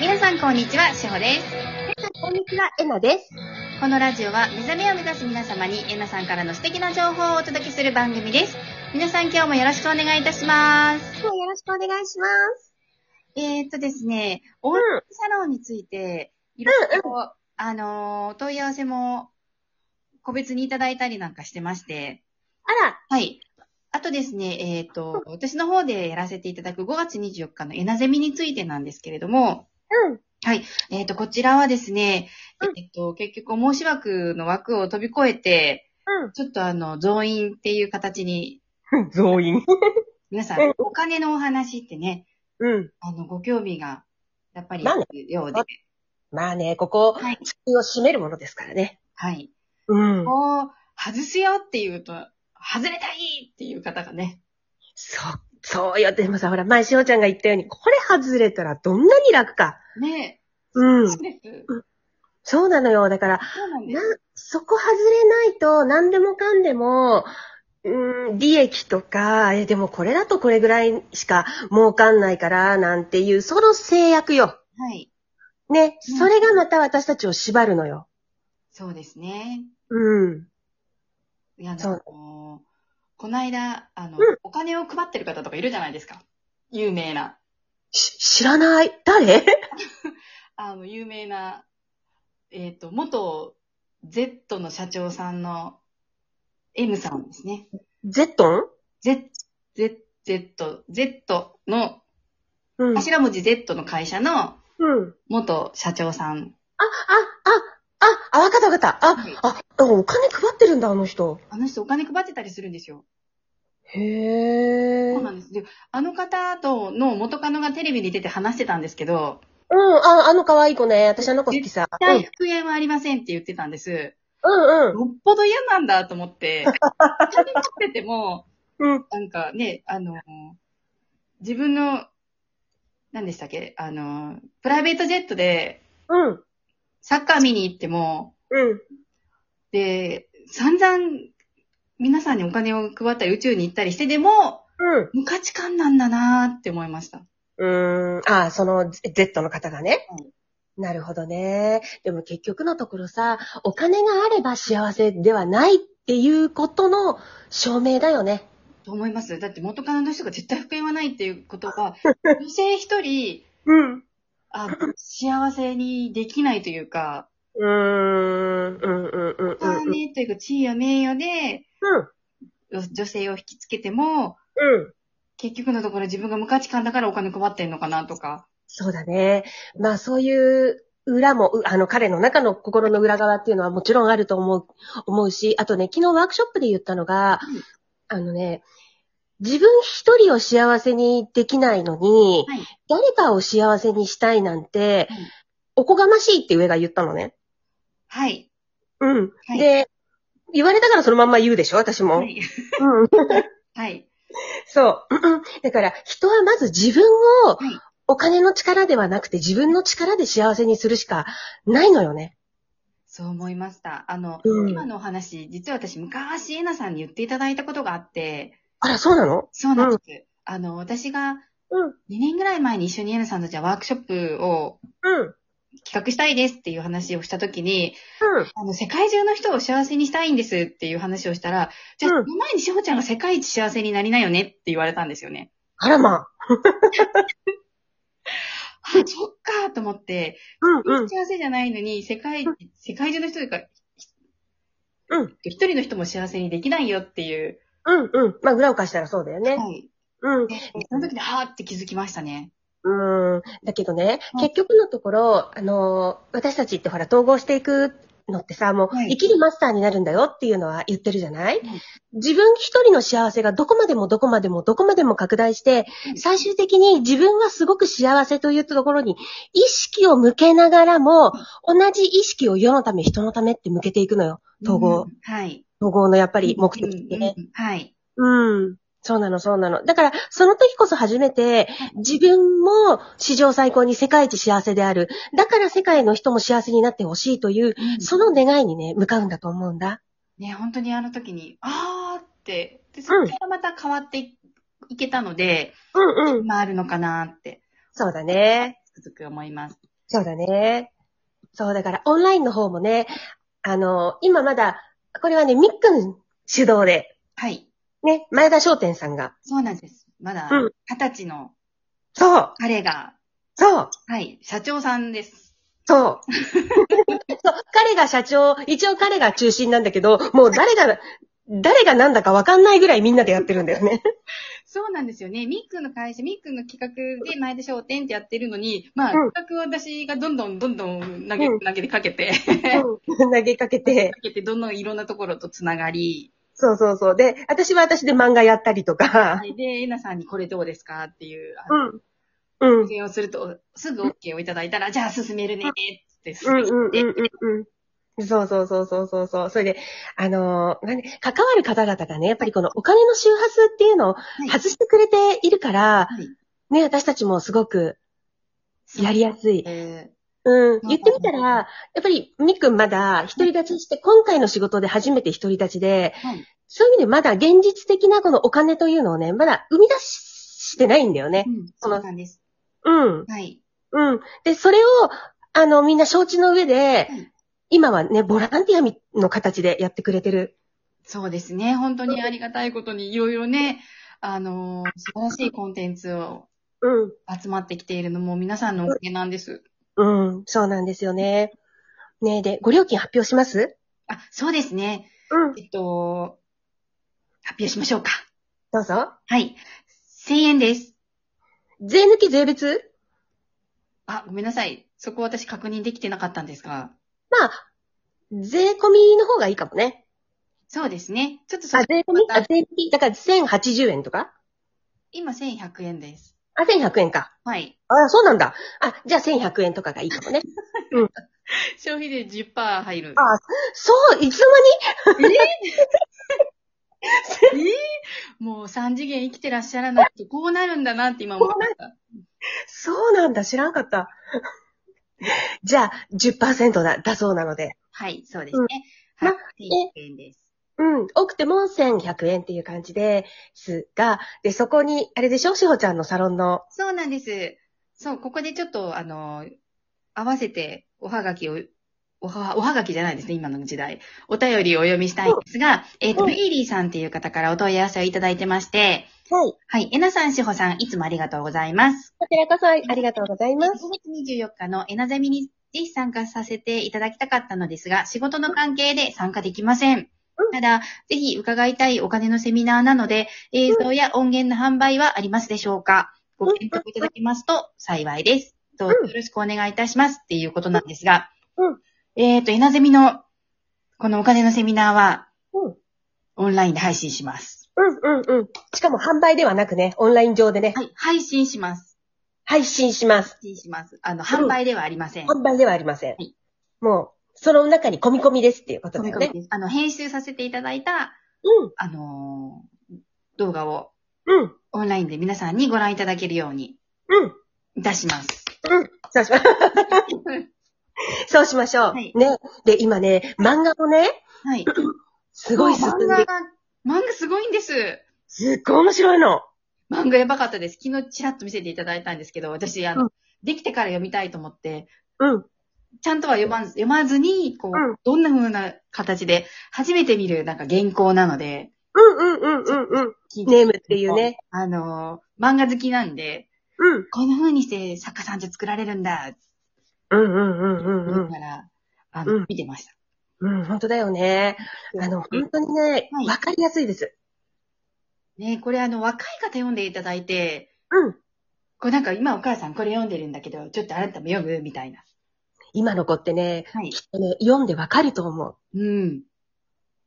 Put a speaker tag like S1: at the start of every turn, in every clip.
S1: 皆さんこんにちは、しほです。
S2: こんにちは、えなです。
S1: このラジオは目覚めを目指す皆様にえなさんからの素敵な情報をお届けする番組です。皆さん今日もよろしくお願いいたします。
S2: 今日よろしくお願いします。
S1: えー、っとですね、オンライン
S2: う
S1: サロンについて、いろいろ、あのー、問い合わせも個別にいただいたりなんかしてまして、
S2: ん。あら、
S1: はい。あとですね、えーっと、私の方でやらせていただく5月24日のエナゼミについてなんですけれども、
S2: うん。
S1: えっ、と、こちらはですね、
S2: うん
S1: えっ、と、結局、申し枠の枠を飛び越えて、
S2: う
S1: ちょっとあの、増員っていう形に、
S2: ん。増員。
S1: 皆さ
S2: うん
S1: ん、お金のお話ってね、
S2: うん。
S1: あの、ご興味が、やっぱり
S2: まあ
S1: あ
S2: ね
S1: るようで
S2: ま、まあね、ここ、
S1: はい。
S2: 地球を占めるものですからね。
S1: はい。
S2: うん
S1: こう、外すよっていうと、外れたいっていう方がね、
S2: そう、そうよ。でもさ、ほら、前、しおちゃんが言ったように、これ外れたらどんなに楽か。
S1: ね、
S2: う
S1: そ
S2: ん
S1: う。です。
S2: そうなのよ。だから、
S1: そうなんで
S2: な
S1: す。、
S2: そこ外れないと、何でもかんでも、うん、利益とか、え、でもこれだとこれぐらいしか儲かんないから、なんていう、その制約よ。
S1: はい。
S2: ね、
S1: うん
S2: それがまた私たちを縛るのよ。
S1: そうですね。
S2: うん。
S1: いや、あ
S2: そう
S1: の、この間、あの、
S2: うん
S1: お金を配ってる方とかいるじゃないですか。有名な。
S2: し、知らない。誰
S1: あの、有名な、えっ、と、元 Z の社長さんの M さんですね。
S2: ゼットン
S1: Z、Z、Z、Z の、
S2: うん。うん。
S1: 頭文字 Z の会社の元社長さん。
S2: あ、あ、あ、あ、あ、わかったわかった。あ、あ、あお金配ってるんだ、あの人。
S1: あの人お金配ってたりするんですよ。
S2: へえ。
S1: そう
S2: う
S1: なん
S2: ん、
S1: です。で、あの方との元カノがテレビに出て話してたんですけど、
S2: あ、あの可愛い子ね。私あの子好きさ。う
S1: 大
S2: ん、
S1: 復縁はありませんって言ってたんです。
S2: うん、
S1: よっぽど嫌なんだと思 って、お金配ってても、
S2: うん。うん。
S1: なんかね、あの、自分の、何でしたっけあの、プライベートジェットで
S2: うん。
S1: サッカー見に行っても、
S2: うん。
S1: で、散々皆さんにお金を配ったり宇宙に行ったりしてでも、
S2: うん。
S1: 無価値観なんだなーって思いました。
S2: うーん。あ、その、ゼ Z の方がね。
S1: はい
S2: なるほどね。でも結局のところさ、お金があれば幸せではないっていうことの証明だよね。
S1: と思います。だって元カノの人が絶対復縁はないっていうこと が、女性一人、
S2: うん。
S1: あの幸せにできないというか、
S2: うーん。うん、うん、うん、
S1: お
S2: うん。
S1: 金というか地位や名誉で
S2: うん。
S1: 女性を引きつけても、
S2: うん。
S1: 結局のところ自分が無価値観だからお金配ってんのかなとか。
S2: そうだね。まあそういう裏も、うあの彼の中の心の裏側っていうのはもちろんあると思う、思うし、あとね、昨日ワークショップで言ったのが、
S1: うん
S2: あのね、自分一人を幸せにできないのに、
S1: はい
S2: 誰かを幸せにしたいなんて、
S1: はい
S2: おこがましいって上が言ったのね。
S1: はい。
S2: うん。
S1: はい
S2: で、言われたからそのまんま言うでしょ、私も。
S1: はい。
S2: うん。
S1: はい。
S2: そう。だから、人はまず自分を
S1: はい、
S2: お金の力ではなくて自分の力で幸せにするしかないのよね。
S1: そう思いました。あの、
S2: うん
S1: 今のお話、実は私昔、えなさんに言っていただいたことがあって、
S2: あら、そうなの
S1: そうなんです。あの、私が
S2: うん。
S1: 2年ぐらい前に一緒にえなさんとじゃあワークショップを
S2: うん。うん。
S1: 企画したいですっていう話をしたときに、あの、世界中の人を幸せにしたいんですっていう話をしたら、じゃあ、
S2: うん
S1: その前にしほちゃんが世界一幸せになりなよねって言われたんですよね。
S2: あらま。
S1: あ、そっかーと思って、
S2: うんうん。
S1: 幸せじゃないのに、世界、世界中の人というか、
S2: うん。
S1: 一人の人も幸せにできないよっていう。
S2: うんうん。まあ、裏を返したらそうだよね。
S1: はい。
S2: うん。
S1: その時で、はーって気づきましたね。
S2: うん。だけどね、
S1: うん
S2: 結局のところ、あのー私たちってほら、統合していくのってさ、もう、
S1: はい
S2: 生きるマスターになるんだよっていうのは言ってるじゃない、
S1: い
S2: 自分一人の幸せがどこまでもどこまでもどこまでも拡大して
S1: う、ん
S2: 最終的に自分はすごく幸せというところに意識を向けながらも、同じ意識を世のため、人のためって向けていくのよ。統合、
S1: うん。はい。
S2: 統合のやっぱり目
S1: う
S2: 的
S1: ん
S2: ってね。
S1: うんはい。
S2: うん。そうなの、そうなの。だから、その時こそ初めて、自分も史上最高に世界一幸せである。だから世界の人も幸せになってほしいという、その願いにね、向かうんだと思うんだ。
S1: ね、本当にあの時に、あーって、で、そ
S2: うん
S1: こからまた変わっていいけたので、
S2: うんうん。
S1: 今あるのかなーって、
S2: そうだね。
S1: つくづく思います。
S2: そうだね。そう、だからオンラインの方もね、あの、今まだ、これはね、みっくん主導で、
S1: はい。
S2: ね、前田商店さんが、
S1: そうなんです。まだ
S2: うん、
S1: 二十歳の
S2: そう、
S1: 彼が、
S2: そう、
S1: はい、社長さんです。
S2: そう。そう彼が社長、一応彼が中心なんだけど、もう誰が、誰がなんだかわかんないぐらいみんなでやってるんだよ ね。
S1: そうなんですよね。ミックの会社、ミックの企画で前田商店ってやってるのに、まあ、
S2: うん
S1: 企画を私がどんどんどんどん投げ、
S2: うん
S1: 投げてかけて、
S2: うん投げかけて。
S1: かけて、どんどんいろんなところとつながり、
S2: そうそうそう。で、私は私で漫画やったりとか
S1: は。いで、えなさんにこれどうですかっていう、あの
S2: うん。うん。うん
S1: 発言をすると、すぐ OK をいただいたら、じゃあ進めるね、って、進
S2: う
S1: め
S2: ん
S1: て
S2: うんうんうん。そうそうそうそうそうそう。それで、あのーなんで関わる方々がね、やっぱりこのお金の周波数っていうのを
S1: い
S2: 外してくれているから、
S1: はい
S2: ね、私たちもすごくやりやすい。
S1: え
S2: うん。
S1: ん
S2: 言ってみたら、やっぱりみっくんまだ独り立ちして、今回の仕事で初めて独り立ちで、
S1: はい
S2: そういう意味でまだ現実的なこのお金というのをね、まだ生み出してないんだよね
S1: ー。うん、そうなんです。
S2: うん。
S1: はい。
S2: うん。で、それを、あの、みんな承知の上で、
S1: はい
S2: 今はね、ボランティアの形でやってくれてる。
S1: そうですね。本当にありがたいことに、いろいろね、あのー素晴らしいコンテンツを
S2: うん。
S1: 集まってきているのも皆さんのおかげなんです。
S2: うん。そうなんですよね。ねえ、で、ご料金発表します
S1: あ、そうですね。
S2: うん。
S1: えっと、発表しましょうか。
S2: どうぞ。
S1: はい。1000円です。
S2: 税抜き税別
S1: あ、ごめんなさい。そこ私確認できてなかったんですが。
S2: まあ、税込みの方がいいかもね。
S1: そうですね。ちょっとそ
S2: あ、
S1: こ
S2: 税込みあ、税抜き。だから1080円とか
S1: 今1100円です。
S2: あ、1100円か。
S1: はい。
S2: あ、そうなんだ。あ、じゃあ1100円とかがいいかもね。
S1: 消費税10%入る。
S2: あそう、いつの間に
S1: えーもう3次元生きてらっしゃらないとこうなるんだなって今思いました。
S2: そうなんだ、知らんかった。 じゃあ、10%だ、だそうなので。
S1: はい、そうですね。はい、1100円です。
S2: うん、多くても1100円っていう感じですが、で、そこに、あれでしょしほちゃんのサロンの。
S1: そうなんです。そう、ここでちょっと、あの、合わせておはがきを、おは、おはがきじゃないですね、今の時代。お便りをお読みしたいんですが、えっ、と、
S2: うん
S1: メイリーさんっていう方からお問い合わせをいただいてまして、
S2: はい。
S1: はい、えなさん、しほさん、いつもありがとうございます。
S2: こちらこそありがとうございま
S1: 5
S2: す。
S1: 月24日のエナゼミにぜひ参加させていただきたかったのですが、仕事の関係で参加できません
S2: うん。
S1: ただ、ぜひ伺いたいお金のセミナーなので、映像や音源の販売はありますでしょうかご検討いただけますと幸いです。どうぞよろしくお願いいたしますっていうことなんですが
S2: うん、
S1: えっと、エナゼミのこのお金のセミナーは
S2: うん、
S1: オンラインで配信します。
S2: うん、うん、うん。しかも販売ではなくね、オンライン上でね、
S1: はい、配信します。
S2: 配信します。
S1: 配信します。あの、販売ではありません。
S2: 販売ではありません
S1: はい。
S2: もう、その中に込み込みですっていうこと
S1: 飛
S2: だ
S1: び
S2: よ
S1: 込み
S2: ね。
S1: です。あの、編集させていただいた、
S2: うん、
S1: あのー動画を
S2: うん、
S1: オンラインで皆さんにご覧いただけるように
S2: うん。
S1: いたし ます。
S2: うん。そうしま、そうしましょう。
S1: はい
S2: ね。で、今ね、漫画もね、
S1: はい。
S2: すごい進ん
S1: 漫
S2: で
S1: 画が、漫画すごいんです。
S2: すっごい面白いの。
S1: 漫画やばかったです。昨日ちらっと見せていただいたんですけど、私、あの、
S2: うん
S1: できてから読みたいと思って、
S2: うん。
S1: ちゃんとは読まず、読まずに、こう、
S2: うん
S1: どんな風な形で、初めて見る、なんか原稿なので、
S2: うんうんうんうんうん。
S1: 聞いて
S2: ネームっていうね。
S1: あのー漫画好きなんで、
S2: うん。
S1: こんな風にして作家さんって作られるんだ、
S2: うんうんうんうんう
S1: だ
S2: ん。
S1: から、あの、
S2: うん
S1: 見てました。
S2: うん、本当だよね。あの、本当にね
S1: はい、
S2: わかりやすいです。
S1: ね、これあの、若い方読んでいただいて、
S2: うん。
S1: こうなんか今お母さんこれ読んでるんだけど、ちょっとあなたも読むみたいな。
S2: 今の子ってね、
S1: はい
S2: き。っとね、読んでわかると思
S1: うん。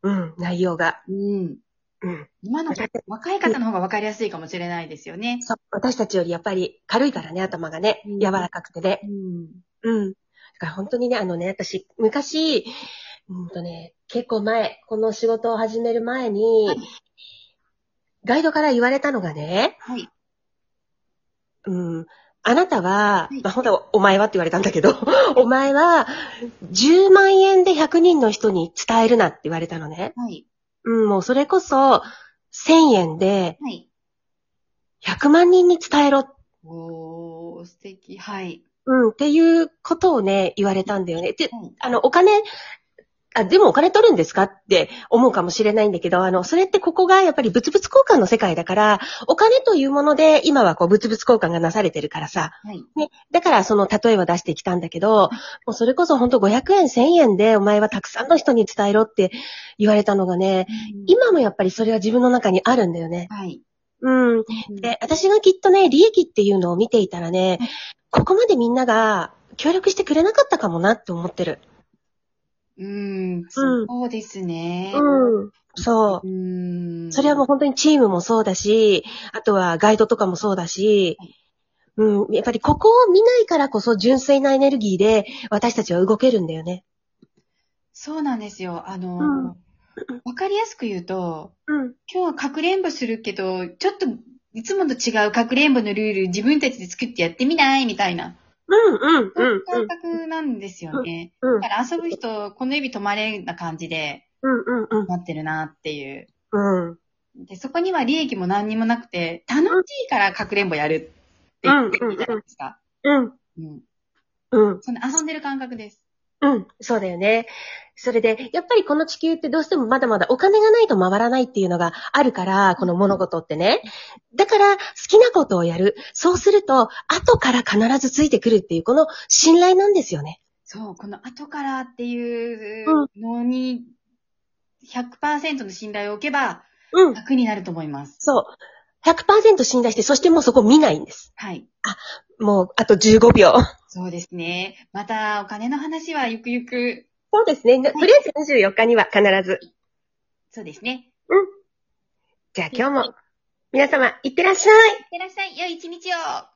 S2: う。うん、内容が。
S1: うん。
S2: うん。
S1: 今の若い方の方が分かりやすいかもしれないですよね。
S2: そう、私たちよりやっぱり軽いからね、頭がね
S1: うん、
S2: 柔らかくてね
S1: う。ん。
S2: うん。だから本当にね、あのね、私、昔、うんとね、結構前、この仕事を始める前に、
S1: はい
S2: ガイドから言われたのがね、
S1: はい。
S2: うん、あなた
S1: は
S2: は、
S1: い
S2: まあ、ほんとお前はって言われたんだけど、 お前は、10万円で100人の人に伝えるなって言われたのね。
S1: はい。
S2: うん、もうそれこそ、1000円で
S1: はい。
S2: 100万人に伝えろ。
S1: おー、素敵。はい。
S2: うん、っていうことをね、言われたんだよね。で、あの、お金、あ、でもお金取るんですかって思うかもしれないんだけど、あの、それってここがやっぱり物々交換の世界だから、お金というもので今はこう物々交換がなされてるからさ、
S1: はい。
S2: ね、だからその例えは出してきたんだけど、もうそれこそほんと500円、1000円でお前はたくさんの人に伝えろって言われたのがね、今もやっぱりそれは自分の中にあるんだよね。
S1: はい。
S2: うん。で、私がきっとね、利益っていうのを見ていたらね、ここまでみんなが協力してくれなかったかもなって思ってる。
S1: うん、そうですね。
S2: うん。そう。
S1: うん。
S2: それはもう本当にチームもそうだし、あとはガイドとかもそうだし、うん、やっぱりここを見ないからこそ純粋なエネルギーで私たちは動けるんだよね。
S1: そうなんですよ。あの、
S2: う
S1: わ
S2: ん、
S1: かりやすく言うと、
S2: うん。
S1: 今日はかくれんぼするけど、ちょっと、いつもと違うかくれんぼのルール自分たちで作ってやってみないみたいな。
S2: うん、うん、
S1: そう
S2: う
S1: い
S2: ん
S1: う、感覚なんですよね。
S2: うん
S1: だか、ら遊ぶ人、この指止まれな感じで
S2: うん、うん、
S1: 待ってるなっていう。
S2: うん。うん、
S1: で、そこには利益も何にもなくて、楽しいからかくれんぼやるって言ってるじゃないですか。
S2: うん、
S1: うん。
S2: うん、
S1: その遊んでる感覚です。
S2: うん、そうだよね。それで、やっぱりこの地球ってどうしてもまだまだお金がないと回らないっていうのがあるから、この物事ってね。だから、好きなことをやる。そうすると、後から必ずついてくるっていう、この信頼なんですよね。
S1: そう、この後からっていう
S2: う
S1: のに、100%の信頼を置けば、
S2: うん。
S1: 楽になると思います。
S2: そう。100%信頼して、そしてもうそこ見ないんです。
S1: はい。
S2: もう、あと15秒。
S1: そうですね。また、お金の話はゆくゆく、
S2: そうですね。とりあえず24日には必ず。
S1: そうですね。
S2: じゃあ今日も、皆様、いってらっしゃい
S1: いってらっしゃい。良い一日を。